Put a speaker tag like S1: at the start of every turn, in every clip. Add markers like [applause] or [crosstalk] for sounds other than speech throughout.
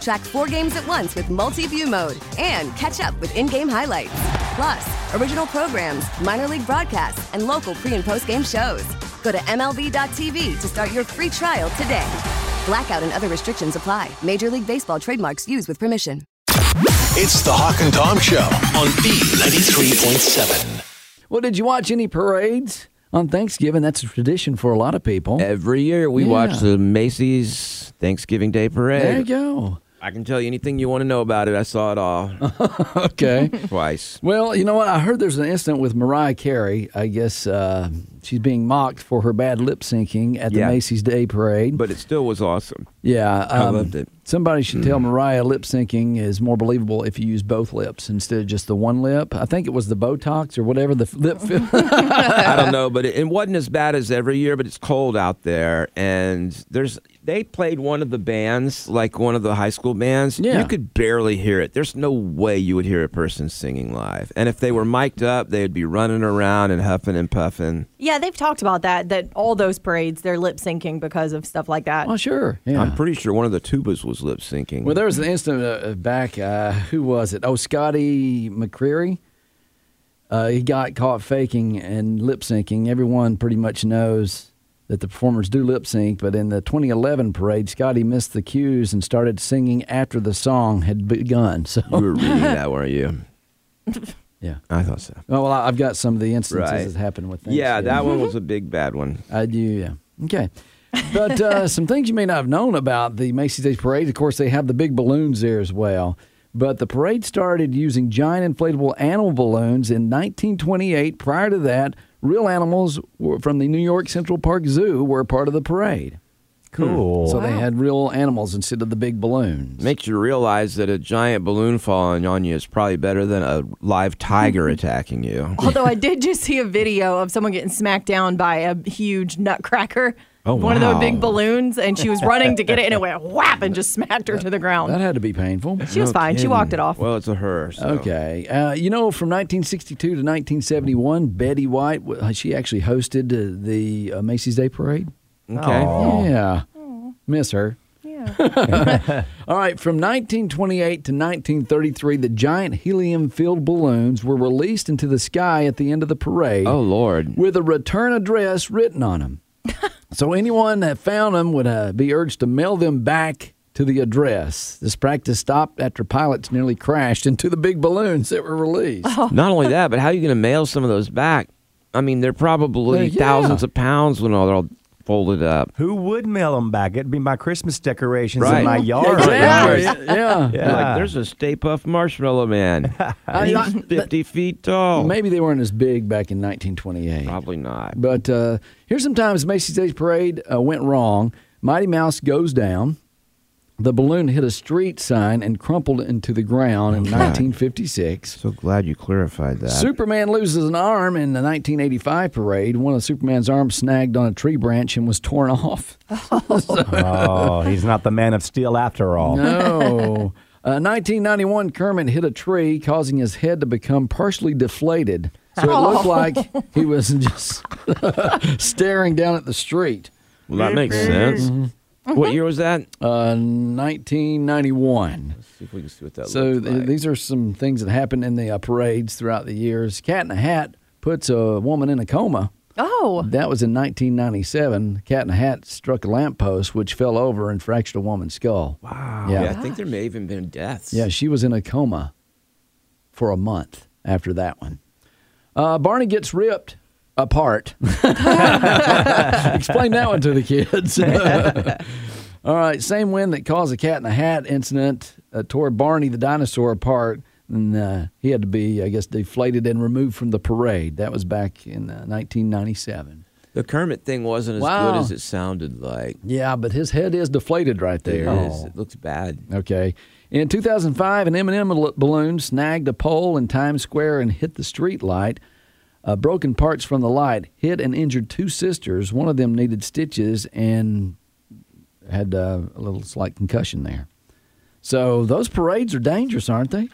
S1: Track four games at once with multi-view mode and catch up with in-game highlights. Plus, original programs, minor league broadcasts, and local pre- and post-game shows. Go to MLB.tv to start your free trial today. Blackout and other restrictions apply. Major League Baseball trademarks used with permission.
S2: It's the Hawk and Tom Show on B93.7.
S3: Well, did you watch any parades on Thanksgiving? That's a tradition for a lot of people.
S4: Every year we
S3: Yeah.
S4: watch the Macy's Thanksgiving Day Parade.
S3: There you go.
S4: I can tell you anything you want to know about it. I saw
S3: [laughs]
S4: it all
S3: Okay.
S4: twice.
S3: Well, you know what? I heard there's an incident with Mariah Carey. I guess uh, she's being mocked for her bad lip syncing at the
S4: Yeah.
S3: Macy's Day Parade.
S4: But it still was awesome.
S3: yeah, um,
S4: loved it.
S3: Somebody should tell Mariah lip syncing is more believable if you use both lips instead of just the one lip. I think it was the Botox or whatever the f- [laughs] lip. fill-
S4: I don't know, but it, it wasn't as bad as every year, but it's cold out there. And there's they played one of the bands, like one of the high school bands.
S3: Yeah.
S4: You could barely hear it. There's no way you would hear a person singing live. And if they were mic'd up, they'd be running around and huffing and puffing.
S5: Yeah, they've talked about that, that all those parades, they're lip syncing because of stuff like that.
S3: well, Oh, sure. Yeah.
S4: I'm pretty sure one of the tubas was lip syncing.
S3: Well, there was an incident uh, uh, back. Uh, who was it? Oh, Scotty McCreary. Uh, he got caught faking and lip syncing. Everyone pretty much knows that the performers do lip sync, but in the 2011 parade, Scotty missed the cues and started singing after the song had begun. [laughs] So,
S4: you
S5: Oh.
S4: were
S5: [laughs]
S4: reading that, weren't you?
S3: yeah.
S4: I thought so.
S3: Oh, well, I- I've got some of the instances
S4: Right.
S3: that happened with
S4: Yeah,
S3: Thanksgiving. [laughs]
S4: that one was a big bad one.
S3: I do, yeah. Okay. But uh, some things you may not have known about the Macy's Day Parade. Of course, they have the big balloons there as well. But the parade started using giant inflatable animal balloons in 1928. Prior to that, real animals were from the New York Central Park Zoo were part of the parade. Hmm.
S6: Cool.
S3: So they had real animals instead of the big balloons.
S4: Makes you realize that a giant balloon falling on you is probably better than a live
S5: [laughs]
S4: tiger attacking you.
S5: [laughs] Although I did just see a video of someone getting smacked down by a huge nutcracker.
S4: Oh,
S5: One of
S4: wow.
S5: those big balloons, and she was running to get it, and it went whap and just smacked her to the
S3: That
S5: ground.
S3: had to be painful.
S5: She was fine. She walked it off.
S4: Well, it's a her. So.
S3: Okay. Uh, you know, from 1962 to 1971, Betty White, w- she actually hosted uh, the uh, Macy's Day Parade.
S4: Okay.
S3: Yeah. Miss her.
S5: yeah.
S3: [laughs] All right, from 1928 to 1933, the giant helium filled balloons were released into the sky at the end of the parade
S4: Oh Lord.
S3: with a return address written on them. so anyone that found them would uh, be urged to mail them back to the address. This practice stopped after pilots nearly crashed into the big balloons that were released.
S4: [laughs]
S5: [laughs]
S4: Not only that, but how are you going to mail some of those back? I mean, they're probably
S3: Well, yeah.
S4: thousands of pounds when all they're all folded up.
S7: Who would mail them back? It'd be my Christmas decorations
S4: Right.
S7: in my yard.
S3: Exactly. yeah.
S4: You're Like there's a Stay Puff Marshmallow [laughs] Man. He's fifty feet tall.
S3: Maybe they weren't as big back in 1928.
S4: Probably not.
S3: But uh, here's sometimes Macy's Day's Parade uh, went wrong. Mighty Mouse goes down. The balloon hit a street sign and crumpled into the ground in 1956.
S4: So glad you clarified that.
S3: Superman loses an arm in the 1985 parade. One of Superman's arms snagged on a tree branch and was torn [laughs] off.
S7: Oh, he's not the man of steel after all.
S3: [laughs] No. Uh, 1991, Kermit hit a tree, causing his head to become partially deflated. So it looked like he was just [laughs] staring down at the street.
S4: Well, that makes sense.
S3: Mm-hmm.
S4: What year was that?
S3: Uh, 1991.
S4: see if we can see what that
S3: So
S4: looks
S3: th-
S4: like.
S3: these are some things that happen in the uh, parades throughout the years. Cat in a Hat puts a woman in a coma.
S5: Oh,
S3: That was in 1997. Cat in a Hat struck a lamppost, which fell over and fractured a woman's skull. Wow.
S4: yeah.
S3: Yeah.
S4: I think there may have even been deaths.
S3: Yeah, she was in a coma for a month after that one. Uh, Barney gets ripped [laughs] apart. Explain that one to the kids. All [laughs] All right, same wind that caused the cat in the hat incident uh, tore Barney the dinosaur apart, and uh, he had to be, I guess, deflated and removed from the parade. That was back in uh, 1997.
S4: The Kermit thing wasn't as
S3: Wow.
S4: good as it sounded like.
S3: Yeah, but his head is deflated right
S4: It,
S3: there.
S4: is. it looks bad.
S3: Okay. In 2005, an M&M bal- balloon snagged a pole in Times Square and hit the street light. Uh, broken parts from the light hit and injured two sisters. One of them needed stitches and had uh, a little slight concussion there. So those parades are dangerous, aren't they?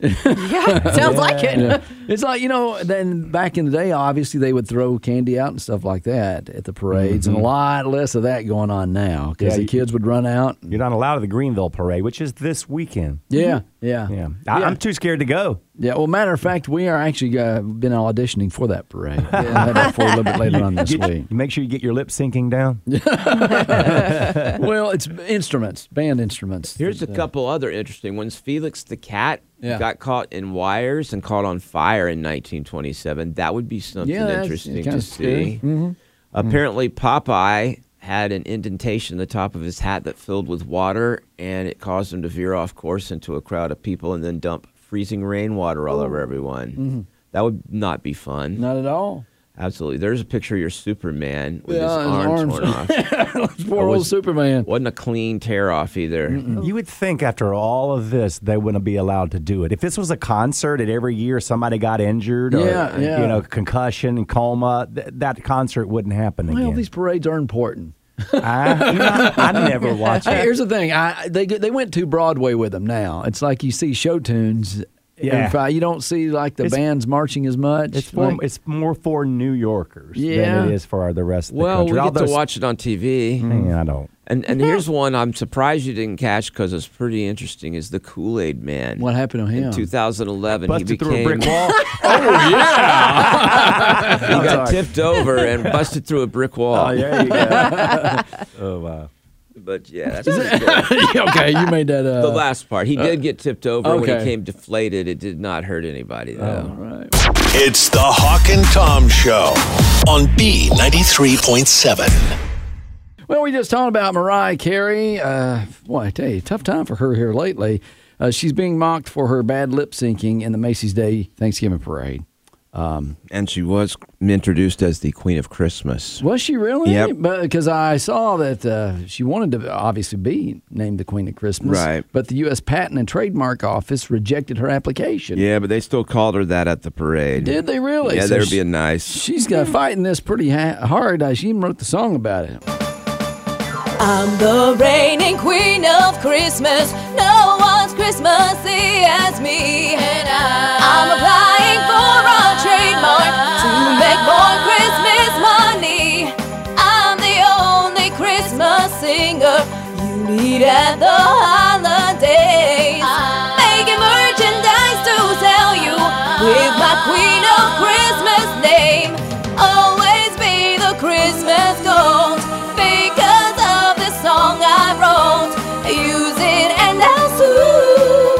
S5: Yeah, [laughs] sounds like it.
S3: Yeah. [laughs] It's like, you know, then back in the day, obviously they would throw candy out and stuff like that at the parades, and a lot less of that going on now
S7: Mm-hmm.
S3: because
S7: Yeah,
S3: the
S7: you-
S3: kids would run out.
S7: You're not allowed to the Greenville parade, which is this weekend.
S3: Yeah, yeah.
S7: Yeah. I,
S3: Yeah.
S7: I'm too scared to go.
S3: Yeah, well, matter of fact, we are actually uh, been auditioning for that parade. I'll have that for you a little bit later on this
S7: Get-
S3: week.
S7: Make sure you get your lip syncing down.
S3: [laughs] Well, it's instruments, band instruments.
S4: Here's a couple other interesting ones. Felix the cat
S3: uh, Yeah.
S4: got caught in wires and caught on fire in 1927. That would be something
S3: Yeah, that's
S4: interesting
S3: kinda
S4: to
S3: scary. Mm-hmm.
S4: see. Apparently, Popeye had an indentation in the top of his hat that filled with water, and it caused him to veer off course into a crowd of people and then dump freezing rainwater all over everyone.
S3: Mm-hmm.
S4: That would not be fun.
S3: Not at all.
S4: Absolutely. There's a picture of your Superman with
S3: Yeah,
S4: his,
S3: his
S4: arm
S3: arms. [laughs]
S4: torn off.
S3: Poor
S4: I
S3: old
S4: was-
S3: Superman.
S4: Wasn't a clean tear off either.
S7: You would think after all of this, they wouldn't be allowed to do it. If this was a concert and every year somebody got injured or,
S3: Yeah, yeah.
S7: you know, concussion and coma, th- that concert wouldn't happen
S3: Well,
S7: again.
S3: these parades are important.
S7: [laughs] I, you know, I
S3: [laughs]
S7: never watch
S3: Hey,
S7: it.
S3: here's the thing. I, they they went to Broadway with them now. It's like you see show tunes.
S7: Yeah.
S3: In fact, you don't see like the
S7: It's-
S3: bands marching as much.
S7: It's for,
S3: Like-
S7: it's more for New Yorkers
S3: Yeah.
S7: than it is for our- the rest of the
S4: Well, we
S7: country.
S4: get
S7: Although
S4: to watch it on TV.
S7: something I don't.
S4: And and here's one I'm surprised you didn't catch because it's pretty interesting. Is the Kool Aid Man?
S3: What happened to him?
S4: In 2011,
S7: Busted
S4: he became
S7: through a brick
S4: [laughs]
S7: wall.
S4: he got tipped over [laughs] and busted through a brick wall.
S7: oh, there you go.
S4: [laughs]
S7: oh, wow.
S4: But [laughs] yeah, that's pretty cool.
S3: okay, you made that. Uh,
S4: the last part. He did get tipped over when
S3: okay. Oh,
S4: he came deflated. It did not hurt anybody though.
S2: It's the Hawk and Tom Show on B93.7.
S3: Well, we just talked about Mariah Carey. Uh, boy, I tell you, tough time for her here lately. Uh, she's being mocked for her bad lip syncing in the Macy's Day Thanksgiving Parade.
S4: And she was introduced as the Queen of Christmas.
S3: Was she really?
S4: Yep.
S3: Because I saw that uh, she wanted to obviously be named the Queen of Christmas.
S4: Right.
S3: But the U.S. Patent and Trademark Office rejected her application.
S4: Yeah, but they still called her that at the parade.
S3: Did they really?
S4: Yeah,
S3: So
S4: they were
S3: she-
S4: being nice.
S3: She's got fighting this pretty ha- hard. Uh, She even wrote the song about it.
S8: I'm the reigning queen of Christmas. No one's Christmassy as me. And I, I'm applying for a trademark to make more Christmas money. I'm the only Christmas singer you need at the holidays. Making merchandise to sell you with my queen of Christmas name. Always be the Christmas gold because of the song I wrote. Use it and I'll sue.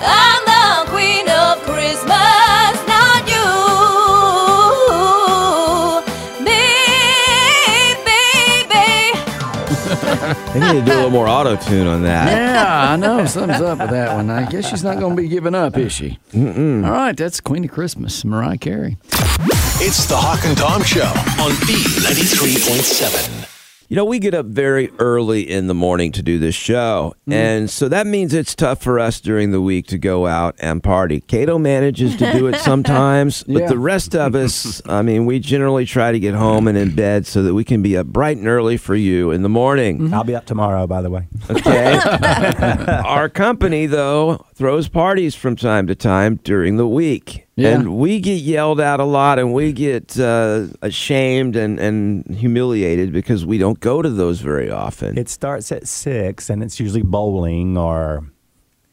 S8: I'm the queen of Christmas, not you. Me, baby.
S4: They need to do a little more auto tune on that.
S3: Yeah, I know. Something's up with that one. I guess she's not going to be giving up, is she? Mm-mm. right, that's Queen of Christmas, Mariah Carey.
S2: It's the Hawk and Tom Show on B93.7.
S4: You know, we get up very early in the morning to do this show.
S3: Mm.
S4: And so that means it's tough for us during the week to go out and party. Cato manages to
S3: [laughs]
S4: do it sometimes,
S3: Yeah.
S4: but the rest
S3: [laughs]
S4: of us, I mean, we generally try to get home and in bed so that we can be up bright and early for you in the morning.
S7: I'll be up tomorrow, by the way.
S3: Mm-hmm.
S4: Okay.
S3: [laughs]
S4: Our company, though, throws parties from time to time during the week.
S3: Yeah.
S4: And we get yelled at a lot and we get uh, ashamed and, and humiliated because we don't go to those very often.
S7: It starts at six, and it's usually bowling or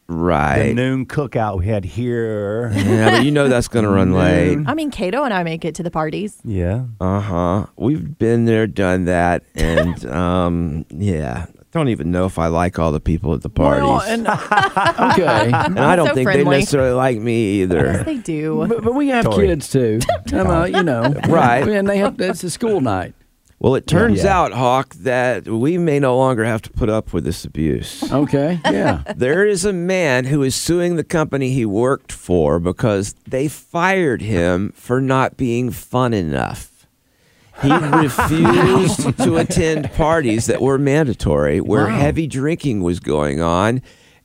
S7: the
S4: right.
S7: noon cookout we had here.
S4: yeah, but you know
S7: [laughs]
S4: that's going to run late.
S5: I mean, Kato and I make it to the parties.
S7: yeah.
S4: Uh huh. We've been there, done that.
S7: [laughs]
S4: And um, yeah, I don't even know if I like all the people at the parties.
S3: Well, and, uh, [laughs] okay.
S4: And I don't
S5: So
S4: think
S5: friendly.
S4: they necessarily like me
S5: Yes,
S4: either.
S5: they do.
S3: But, but we have
S7: Tori.
S3: [laughs] kids too. I'm, uh, you know,
S4: Right.
S3: And they have it's a school night.
S4: Well, it turns
S3: Yeah.
S4: out, Hawk, that we may no longer have to put up with this abuse.
S3: Okay. Yeah.
S4: [laughs] there is a man who is suing the company he worked for because they fired him for not being fun enough. He refused to attend parties that were mandatory, where
S9: Wow.
S4: heavy drinking was going on,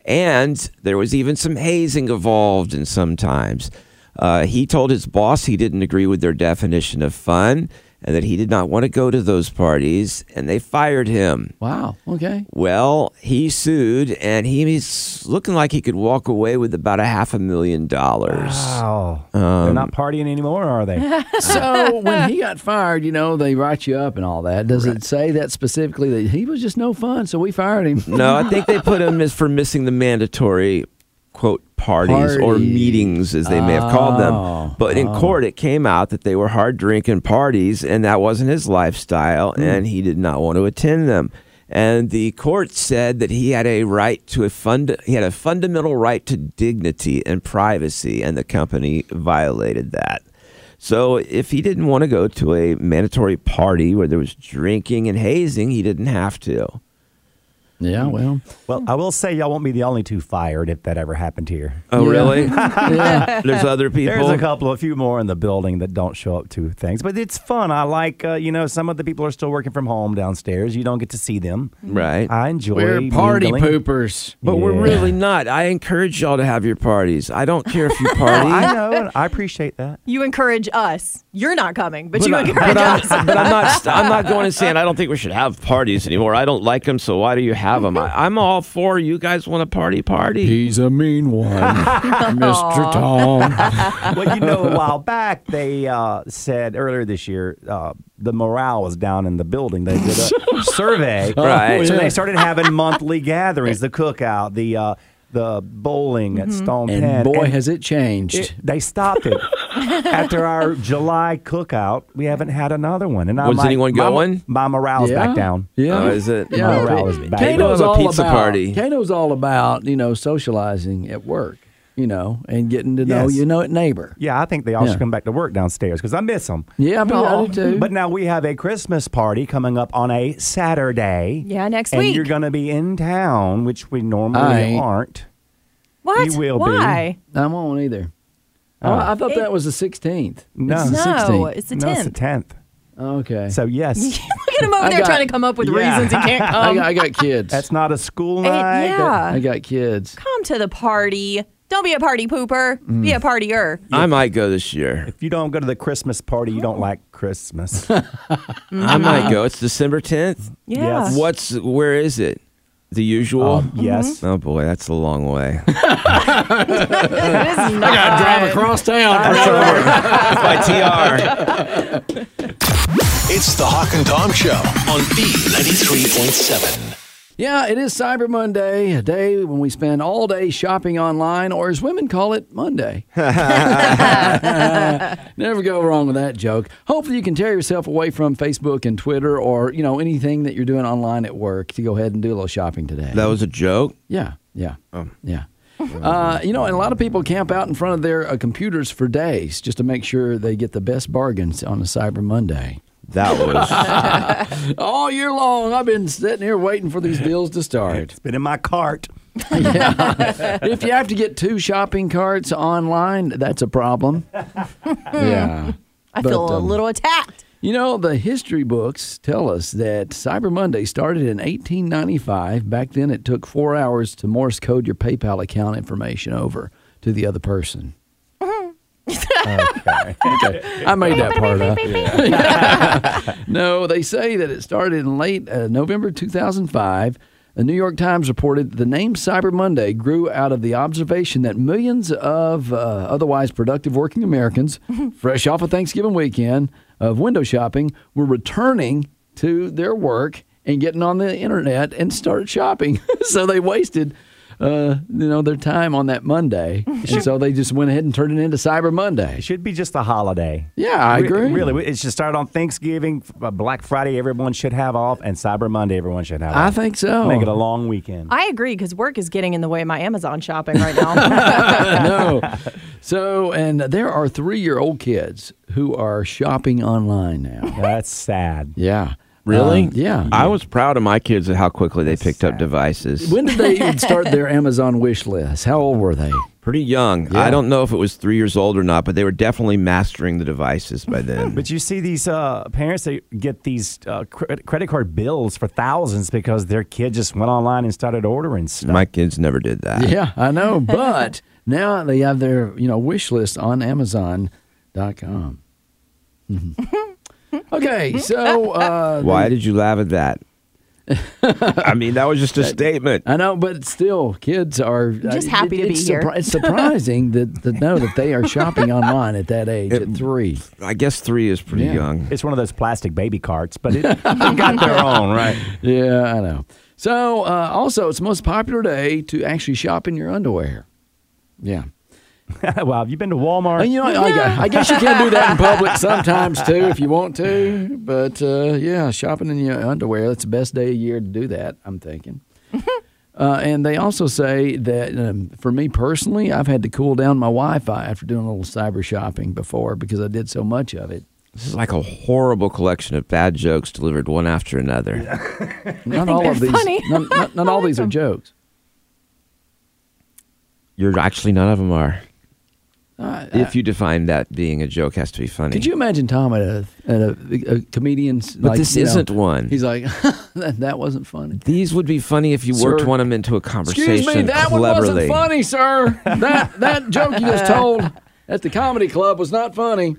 S4: and there was even some hazing involved in sometimes. Uh, he told his boss he didn't agree with their definition of fun and that he did not want to go to those parties, and they fired him.
S3: Wow. Okay.
S4: Well, he sued, and he's looking like he could walk away with about a half a million dollars.
S7: Wow. They're
S4: Um,
S7: not partying anymore, are they?
S3: so when he got fired, you know, they write you up and all that. Does it say that specifically that he was just no fun, so we fired him?
S4: no, I think they put him as for missing the mandatory quote parties or
S3: Parties.
S4: meetings, as they may have called
S3: Oh,
S4: them. But in
S3: oh.
S4: court, it came out that they were hard drinking parties, and that wasn't his lifestyle,
S3: Mm.
S4: and he did not want to attend them. And the court said that he had a right to a fund. He had a fundamental right to dignity and privacy, and the company violated that. So if he didn't want to go to a mandatory party where there was drinking and hazing, he didn't have to.
S3: Yeah, well.
S7: Well, I will say y'all won't be the only two fired if that ever happened here.
S4: Oh, really?
S3: [laughs]
S4: There's other people.
S7: There's a couple, a few more in the building that don't show up to things, but it's fun. I like, uh, you know, some of the people are still working from home downstairs. You don't get to see them.
S4: Right.
S7: I enjoy
S3: We're party
S7: mingling.
S3: poopers.
S4: But we're really not. I encourage y'all to have your parties. I don't care if you party.
S7: I know, and I appreciate that.
S5: You encourage us. You're not coming, but, you
S4: I- [laughs]
S5: encourage
S4: I'm,
S5: us.
S4: but I'm not. [laughs] st- I'm not going and saying I don't think we should have parties anymore. I don't like them, so why do you have them? I, I'm all for you guys want a party party.
S3: He's a mean one, Mr. Tom.
S7: well, you know, a [laughs] while back they uh, said earlier this year uh, the morale was down in the building. They did [laughs] a survey,
S4: Oh, Right.
S7: So
S4: yeah.
S7: they started having monthly gatherings, the cookout, the uh, the bowling at Stone
S3: And
S7: Pen.
S3: boy, has it changed.
S7: it- they stopped it after our July cookout. We haven't had another one. And
S4: Was
S7: I'm like,
S4: anyone
S7: my-
S4: going?
S7: My morale's
S3: Yeah.
S7: back down.
S3: Yeah.
S4: Oh, is it?
S7: Yeah. My morale is back.
S3: Kano's
S4: People have a
S3: all
S4: pizza
S3: about,
S4: party.
S3: Kano's all about, you know, socializing at work, you know, and getting to know
S7: Yes.
S3: your know, neighbor.
S7: Yeah, I think they all
S3: Yeah.
S7: should come back to work downstairs because I miss them.
S3: Yeah, I bet I do too.
S7: But now we have a Christmas party coming up on a Saturday.
S5: Yeah, next
S7: and
S5: week.
S7: you're going to be in town, which we normally
S3: I-
S7: aren't.
S5: what?
S7: You will be.
S5: Why?
S3: I won't either. Oh, I thought that was the 16th.
S7: No.
S3: It's the
S5: No,
S3: 16th.
S5: it's the
S7: no, it's the
S5: 10th.
S7: 10th.
S3: Okay.
S7: So, yes,
S5: [laughs] Look at him over
S3: I
S5: there
S3: got-
S5: trying to come up with
S7: Yeah.
S5: reasons he can't
S3: I,
S5: come.
S3: got, I got kids.
S7: that's not a school
S5: Eh,
S7: night.
S5: yeah.
S7: That-
S3: I got kids.
S5: come to the party. Don't be a party pooper. Be a partier.
S4: I might go this year.
S7: If you don't go to the Christmas party, you don't
S3: Oh.
S7: like
S3: [laughs]
S7: Christmas.
S3: Mm-hmm.
S4: I might go. It's December 10th.
S5: Yeah.
S7: Yes.
S4: What's where is it? The usual.
S7: Um, yes.
S4: Oh boy, that's a long way. [laughs]
S5: It is not.
S3: Drive across town.
S4: By TR.
S2: It's the Hawk and Tom Show on B93.7.
S3: Yeah, it is Cyber Monday, a day when we spend all day shopping online, or as women call it, Monday. [laughs] Never go wrong with that joke. Hopefully, you can tear yourself away from Facebook and Twitter, or you know anything that you're doing online at work, to go ahead and do a little shopping today.
S4: That was a joke.
S3: Yeah, yeah,
S4: Oh.
S3: yeah. Uh, you know, and a lot of people camp out in front of their uh, computers for days just to make sure they get the best bargains on a Cyber Monday.
S4: That was.
S3: [laughs] All year long, I've been sitting here waiting for these deals to start.
S7: Been in my cart.
S3: if you have to get two shopping carts online, that's a problem. yeah.
S5: I feel
S3: But,
S5: a
S3: um,
S5: little attacked.
S3: You know, the history books tell us that Cyber Monday started in 1895. Back then, it took four hours to Morse code your PayPal account information over to the other person. okay. I made that part up. no, they say that it started in late uh, November 2005. The New York Times reported the name Cyber Monday grew out of the observation that millions of uh, otherwise productive working Americans, fresh off a Thanksgiving weekend of window shopping, were returning to their work and getting on the internet and started shopping. [laughs] so they wasted. Uh, you know their time on that Monday, and so they just went ahead and turned it into Cyber Monday.
S7: It should be just a holiday.
S3: Yeah, I
S7: Re-
S3: agree.
S7: Really, it should start on Thanksgiving, uh, Black Friday, everyone should have off, and Cyber Monday, everyone should have
S3: I
S7: off.
S3: think so.
S7: Make it a long weekend.
S5: I agree because work is getting in the way of my Amazon shopping right now. [laughs]
S3: no. [laughs] So, and there
S7: [laughs]
S3: are three year old kids who are shopping online now. Uh,
S7: That's sad.
S3: Yeah.
S4: Really? yeah. I was proud of my kids at how quickly they picked up devices.
S3: When did they start their Amazon wish list? How old were they?
S4: Pretty young. I don't know if it was three years old or not, but they were definitely mastering the devices by
S3: [laughs]
S4: then.
S7: But you see these uh, parents that get these uh, cre- credit card bills for thousands because their kid just went online and started ordering stuff.
S4: my kids never did that.
S3: Yeah, I know. But now they have their you know wish list on Amazon.com. Mm-hmm. Okay, so uh,
S4: Why did you laugh at that?
S3: [laughs]
S4: I mean, that was just a statement.
S3: I know, but still, kids are uh,
S5: Just happy to be
S3: it's
S5: here.
S3: It's surprising that to know that they are shopping online at that age at three.
S4: I guess three is pretty
S3: Yeah.
S4: young.
S7: It's one of those plastic baby carts, but it, they got their own, right?
S3: Yeah, I know. So uh, also, it's the most popular day to actually shop in your underwear. Yeah.
S7: wow, have you been to Walmart?
S3: And you know,
S5: [laughs]
S3: I, gu- I guess you can do that in public sometimes too, if you want to. But uh, yeah, shopping in your underwear—that's the best day of year to do that. I'm
S5: [laughs]
S3: thinking. Uh, and they also say that um, for me personally, I've had to cool down my Wi-Fi after doing a little cyber shopping before because I did so much of it.
S4: This is like a horrible collection of bad jokes delivered one after another.
S3: Not
S5: think
S3: all
S5: they're
S3: of these.
S5: funny.
S3: Not, not, not all these
S5: [laughs]
S3: are jokes.
S4: You're actually none of them are.
S3: Uh,
S4: If you define that being a joke has to be funny.
S3: Could you imagine Tom at a at a, a comedian's?
S4: But
S3: like,
S4: this
S3: you know,
S4: isn't one.
S3: He's like, [laughs] that, that wasn't funny.
S4: These would be funny if you worked
S3: Sir.
S4: one of them into a conversation
S3: Excuse me, that one
S4: cleverly.
S3: wasn't funny, sir. That that joke you
S4: [laughs]
S3: just told at the comedy club was not funny.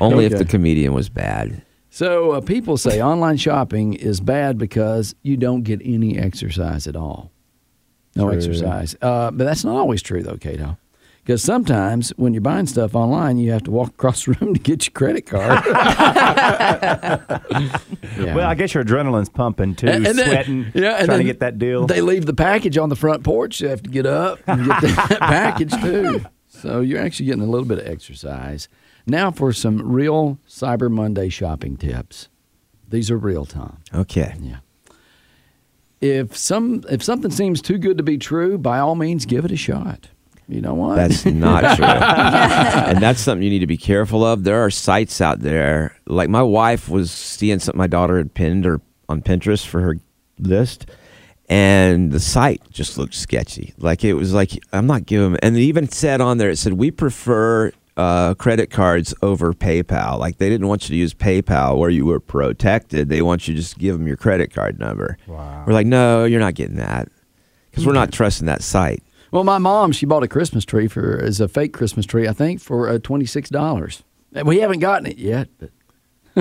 S4: Only if
S3: Okay.
S4: the comedian was bad.
S3: So uh, people say online shopping is bad because you don't get any exercise at all. No
S7: True.
S3: exercise, uh, but that's not always true though, Cato. Because sometimes when you're buying stuff online, you have to walk [laughs] across the room to get your credit
S7: [laughs]
S3: card. Yeah.
S7: Well, I guess your adrenaline's pumping too,
S3: And- and then-
S7: sweating,
S3: yeah,
S7: trying to
S3: and then
S7: get that deal.
S3: They leave the package on the front porch. You have to get up and get that [laughs] package too. So you're actually getting a little bit of exercise. Now for some real Cyber Monday shopping tips. These are real time.
S4: Okay.
S3: Yeah. If some if something seems too good to be true, by all means give it a shot. You know what?
S4: That's not true. and that's something you need to be careful of. There are sites out there. Like my wife was seeing something my daughter had pinned or on Pinterest for her list. And the site just looked sketchy. Like it was like, I'm not giving, and it even said on there, it said, we prefer uh, credit cards over PayPal. Like they didn't want you to use PayPal where you were protected. They want you to just give them your credit card number. Wow. We're like, no, you're not getting that because we're not trusting that site.
S3: [laughs] Well, my mom, she bought a Christmas tree for as a fake Christmas tree, I think, for uh, twenty six dollars. We haven't gotten it yet, but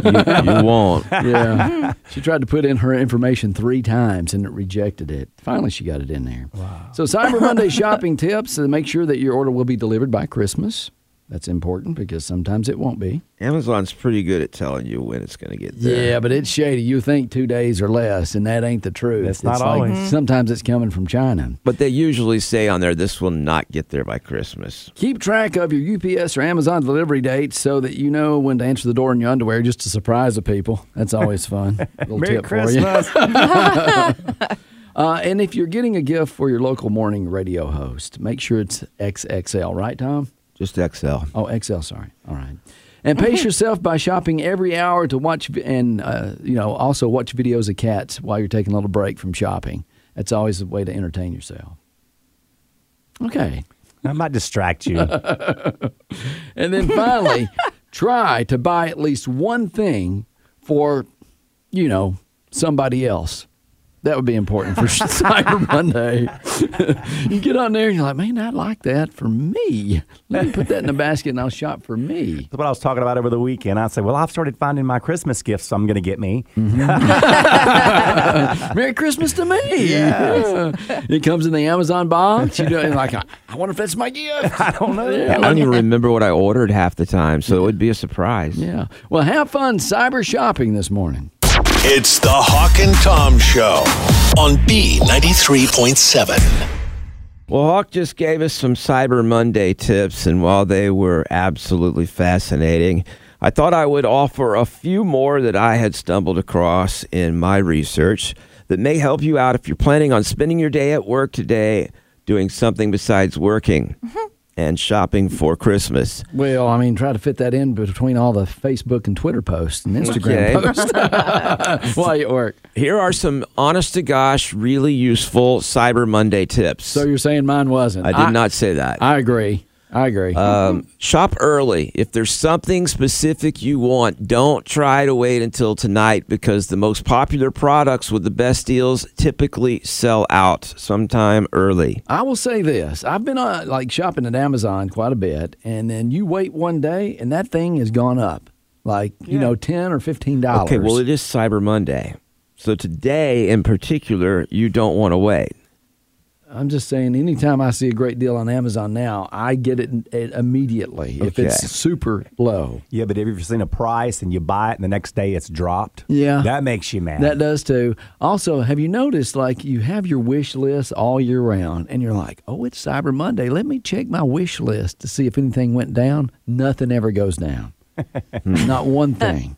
S4: You, you won't.
S7: [laughs]
S3: yeah. she tried to put in her information three times and it rejected it. Finally, she got it in there. Wow. So, Cyber Monday shopping tips uh, make sure that your order will be delivered by Christmas. That's important because sometimes it won't be.
S4: Amazon's pretty good at telling you when it's going to get there.
S3: Yeah, but it's shady. You think two days or less, and that ain't the truth.
S7: That's not
S3: It's like
S7: always.
S3: Sometimes it's coming from China.
S4: But they usually say on there, this will not get there by Christmas.
S3: Keep track of your UPS or Amazon delivery dates so that you know when to answer the door in your underwear just to surprise the people. That's
S7: [laughs]
S3: always fun. Little
S7: Merry
S3: tip for you. [laughs]
S7: Christmas. [laughs]
S3: Uh, and if you're getting a gift for your local morning radio host, make sure it's XXL, right, Tom?
S4: Just XL.
S3: Oh, XL, sorry. All right.
S7: [laughs]
S3: And pace yourself by shopping every hour to watch vi- and, uh, you know, also watch videos of cats while you're taking a little break from shopping. That's always a way to entertain yourself. Okay.
S7: I might distract
S3: [laughs]
S7: you.
S3: And then finally, try to buy at least one thing for, you know, somebody else. That would be important for Cyber Monday. [laughs] you get on there and you're like, man, I like that for me. Let me put that in a basket and I'll shop for me.
S7: That's what I was talking about over the weekend. I said, well, I've started finding my Christmas gifts so I'm going to get me.
S3: Merry Christmas to me. Yeah. [laughs] It comes in the Amazon box. You know, and like, I, I wonder if that's my gift.
S7: I don't know.
S4: I don't even remember what I ordered half the time, so it would be a surprise.
S3: Yeah. Well, have fun cyber shopping this morning.
S2: It's the Hawk and Tom Show on B93.7.
S4: Well, Hawk just gave us some Cyber Monday tips, and while they were absolutely fascinating, I thought I would offer a few more that I had stumbled across in my research that may help you out if you're planning on spending your day at work today doing something besides working. and shopping for Christmas.
S3: Well, I mean, try to fit that in between all the Facebook and Twitter posts and Instagram [laughs] posts while you at work.
S4: Here are some honest to gosh, really useful Cyber Monday tips. So
S3: you're saying mine wasn't?
S4: I did not say that.
S3: I agree. I agree.
S4: Um, shop early. If there's something specific you want, don't try to wait until tonight because the most popular products with the best deals typically sell out sometime early.
S3: I will say this: I've been uh, like shopping at Amazon quite a bit, and then you wait one day, and that thing has gone up, like you know, ten or fifteen dollars.
S4: Okay, well, it is Cyber Monday. So today in particular, you don't want to wait.
S3: I'm just saying, anytime I see a great deal on Amazon now, I get it, it immediately if
S7: Okay.
S3: it's super low.
S7: Yeah, but have you ever seen a price and you buy it and the next day it's dropped?
S3: Yeah.
S7: That makes you mad.
S3: That does too. Also, have you noticed like you have your wish list all year round and you're like, oh, it's Cyber Monday. Let me check my wish list to see if anything went down. Nothing ever goes
S4: [laughs]
S3: down.
S4: Hmm.
S3: Not one thing.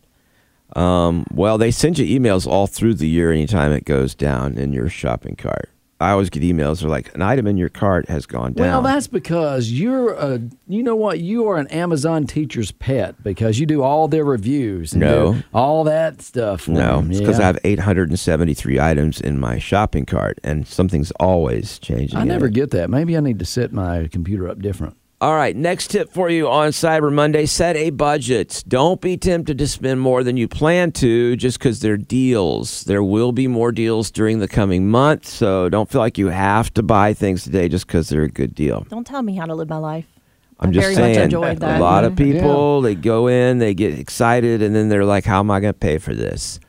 S4: Um, well, they send you emails all through the year anytime it goes down in your shopping cart. I always get emails that are like, an item in your cart has gone
S3: Well,
S4: down.
S3: that's because you're a, you know what, you are an Amazon teacher's pet because you do all their reviews and
S4: No.
S3: do all that stuff.
S4: no, it's because
S3: Mm, Yeah.
S4: I have 873 items in my shopping cart, and something's always changing.
S3: I
S4: in
S3: never
S4: it.
S3: get that. Maybe I need to set my computer up different.
S4: All right, next tip for you on Cyber Monday set a budget. Don't be tempted to spend more than you plan to just because they're deals. There will be more deals during the coming month, so don't feel like you have to buy things today just because they're a good deal.
S5: Don't tell me how to live my life.
S4: I'm
S5: I
S4: just
S5: very
S4: saying,
S5: much enjoyed that.
S4: a lot of people they go in, they get excited, and then they're like, "How am I going to pay for this?"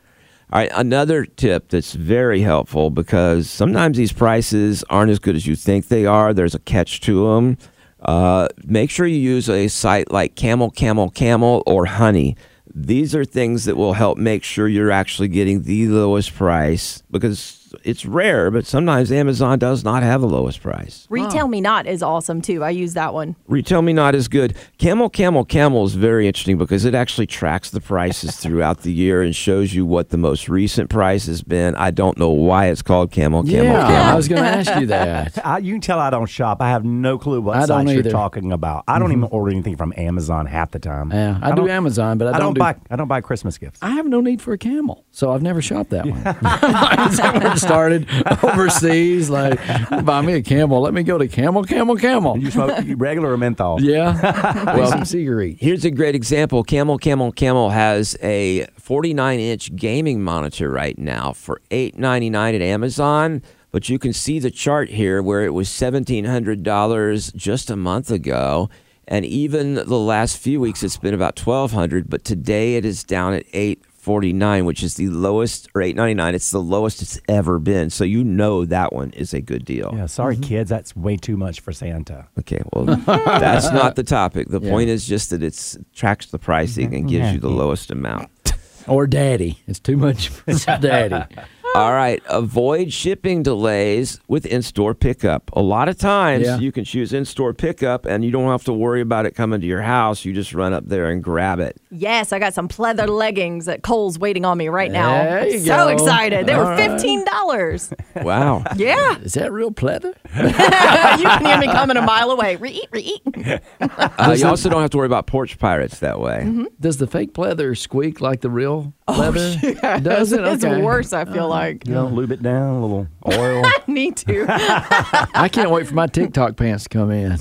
S4: All right, another tip that's very helpful because sometimes these prices aren't as good as you think they are. There's a catch to them. Uh, make sure you use a site like Camel, Camel, Camel, or Honey. These are things that will help make sure you're actually getting the lowest price because it's rare, but sometimes Amazon does not have the lowest price.
S5: Mm-hmm. Retail Me Not is awesome too. I use that one.
S4: Retail Me Not is good. Camel Camel Camel is very interesting because it actually tracks the prices throughout the year and shows you what the most recent price has been. I don't know why it's called Camel Camel Camel. [laughs]
S7: I, you can tell I don't shop. I have no clue what
S4: I don't
S7: sites
S4: either.
S7: you're talking about. I don't even order anything from Amazon half the time. Yeah,
S3: I do Amazon, but I
S7: I
S3: don't
S7: don't
S3: do-
S7: buy. I don't buy Christmas
S3: [laughs]
S7: gifts.
S3: I have no need for a camel, so I've never shopped that [laughs] one. Is that where it [laughs] started overseas? Like, buy me a camel. Let me go to camel, camel, camel. You
S7: smoke regular menthol.
S3: [laughs] Yeah.
S4: Well,
S3: well, some cigarette.
S4: Here's a great example. Camel Camel Camel has a 49-inch gaming monitor right now for 8.99 at Amazon, but you can see the chart here where it was $1700 just a month ago. And even the last few weeks, it's been about twelve hundred. But today, it is down at eight forty nine, which is the lowest, or eight ninety nine. It's the lowest it's ever been. So you know that one is a good deal.
S7: Yeah, sorry, kids. That's way too much for Santa.
S4: Okay, well, that's not the topic. The
S7: Yeah.
S4: point is just that it tracks the pricing and gives
S3: Mm-hmm.
S4: you the lowest amount.
S3: Or daddy. It's too much for [laughs] daddy.
S4: All right, avoid shipping delays with in store pickup. A lot of times
S3: Yeah.
S4: you can choose in store pickup and you don't have to worry about it coming to your house. You just run up there and
S3: [laughs]
S4: grab it.
S5: Yes, I got some pleather leggings at Kohl's waiting on me right now.
S4: There
S5: I'm
S4: you
S5: so
S4: go.
S5: excited. They
S4: All
S5: were
S4: right.
S5: fifteen dollars.
S4: Wow.
S5: Yeah.
S3: Is that real pleather?
S5: [laughs] you can hear me coming a mile away. Re-eat, re-eat.
S4: Uh, you also don't have to worry about porch pirates that way. [laughs]
S3: Does the fake pleather squeak like the real [laughs] leather? Does it?
S5: It's
S3: Okay.
S5: worse, I
S7: [laughs]
S5: feel like.
S7: You know, lube it down a little
S3: [laughs]
S7: oil.
S5: I need to.
S3: I can't wait for my TikTok pants to come in.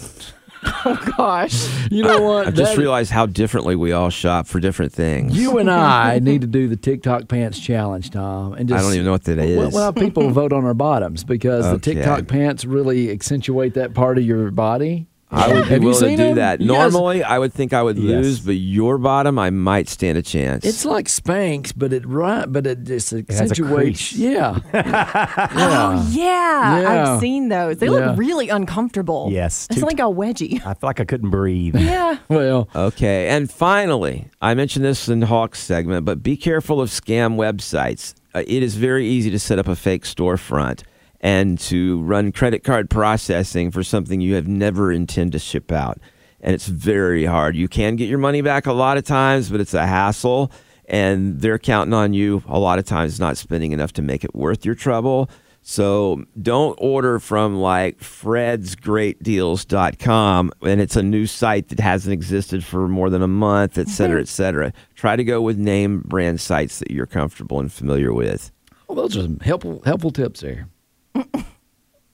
S5: Gosh.
S3: You know what?
S4: I just
S3: That-
S4: realized how differently we all shop for different things.
S3: You [laughs] and I need to do the TikTok pants challenge, Tom. And
S4: I
S3: just
S4: don't even know what that
S3: Well,
S4: is.
S3: well,
S4: [laughs]
S3: people vote on our bottoms because
S4: Okay.
S3: the TikTok pants really accentuate that part of your body.
S4: I would be
S3: Have you
S4: willing to do
S3: seen them?
S4: that.
S3: You guys-
S4: Normally, I would think I would lose, but your bottom, I might stand a chance.
S3: it's like Spanx, but it right, but it just
S4: has a
S3: accentuates.
S4: crease.
S3: yeah. [laughs]
S5: Oh, yeah.
S7: Yeah.
S5: I've seen those. They
S7: Yeah.
S5: look really uncomfortable.
S7: Yes,
S5: It's
S7: too-
S5: like a wedgie.
S7: I feel like I couldn't breathe.
S5: Yeah.
S3: Well,
S4: okay. And finally, I mentioned this in Hawk's segment, but be careful of scam websites. Uh, it is very easy to set up a fake storefront and to run credit card processing for something you have never intended to ship out. And it's very hard. You can get your money back a lot of times, but it's a hassle. And they're counting on you a lot of times not spending enough to make it worth your trouble. So don't order from like fredsgreatdeals.com and it's a new site that hasn't existed for more than a month, et cetera, et cetera. Try to go with name brand sites that you're comfortable and familiar with.
S3: Well, those are some helpful helpful tips there.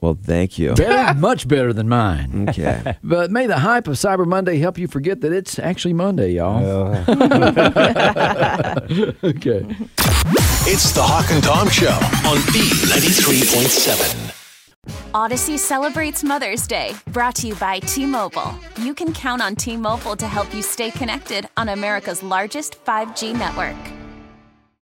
S4: Well, thank you.
S3: Better, [laughs] much better than mine.
S4: Okay.
S3: But may the hype of Cyber Monday help you forget that it's actually Monday, y'all. [laughs] okay.
S10: It's the Hawk and Tom Show on B93.7.
S11: Odyssey celebrates Mother's Day, brought to you by T Mobile. You can count on T Mobile to help you stay connected on America's largest 5G network.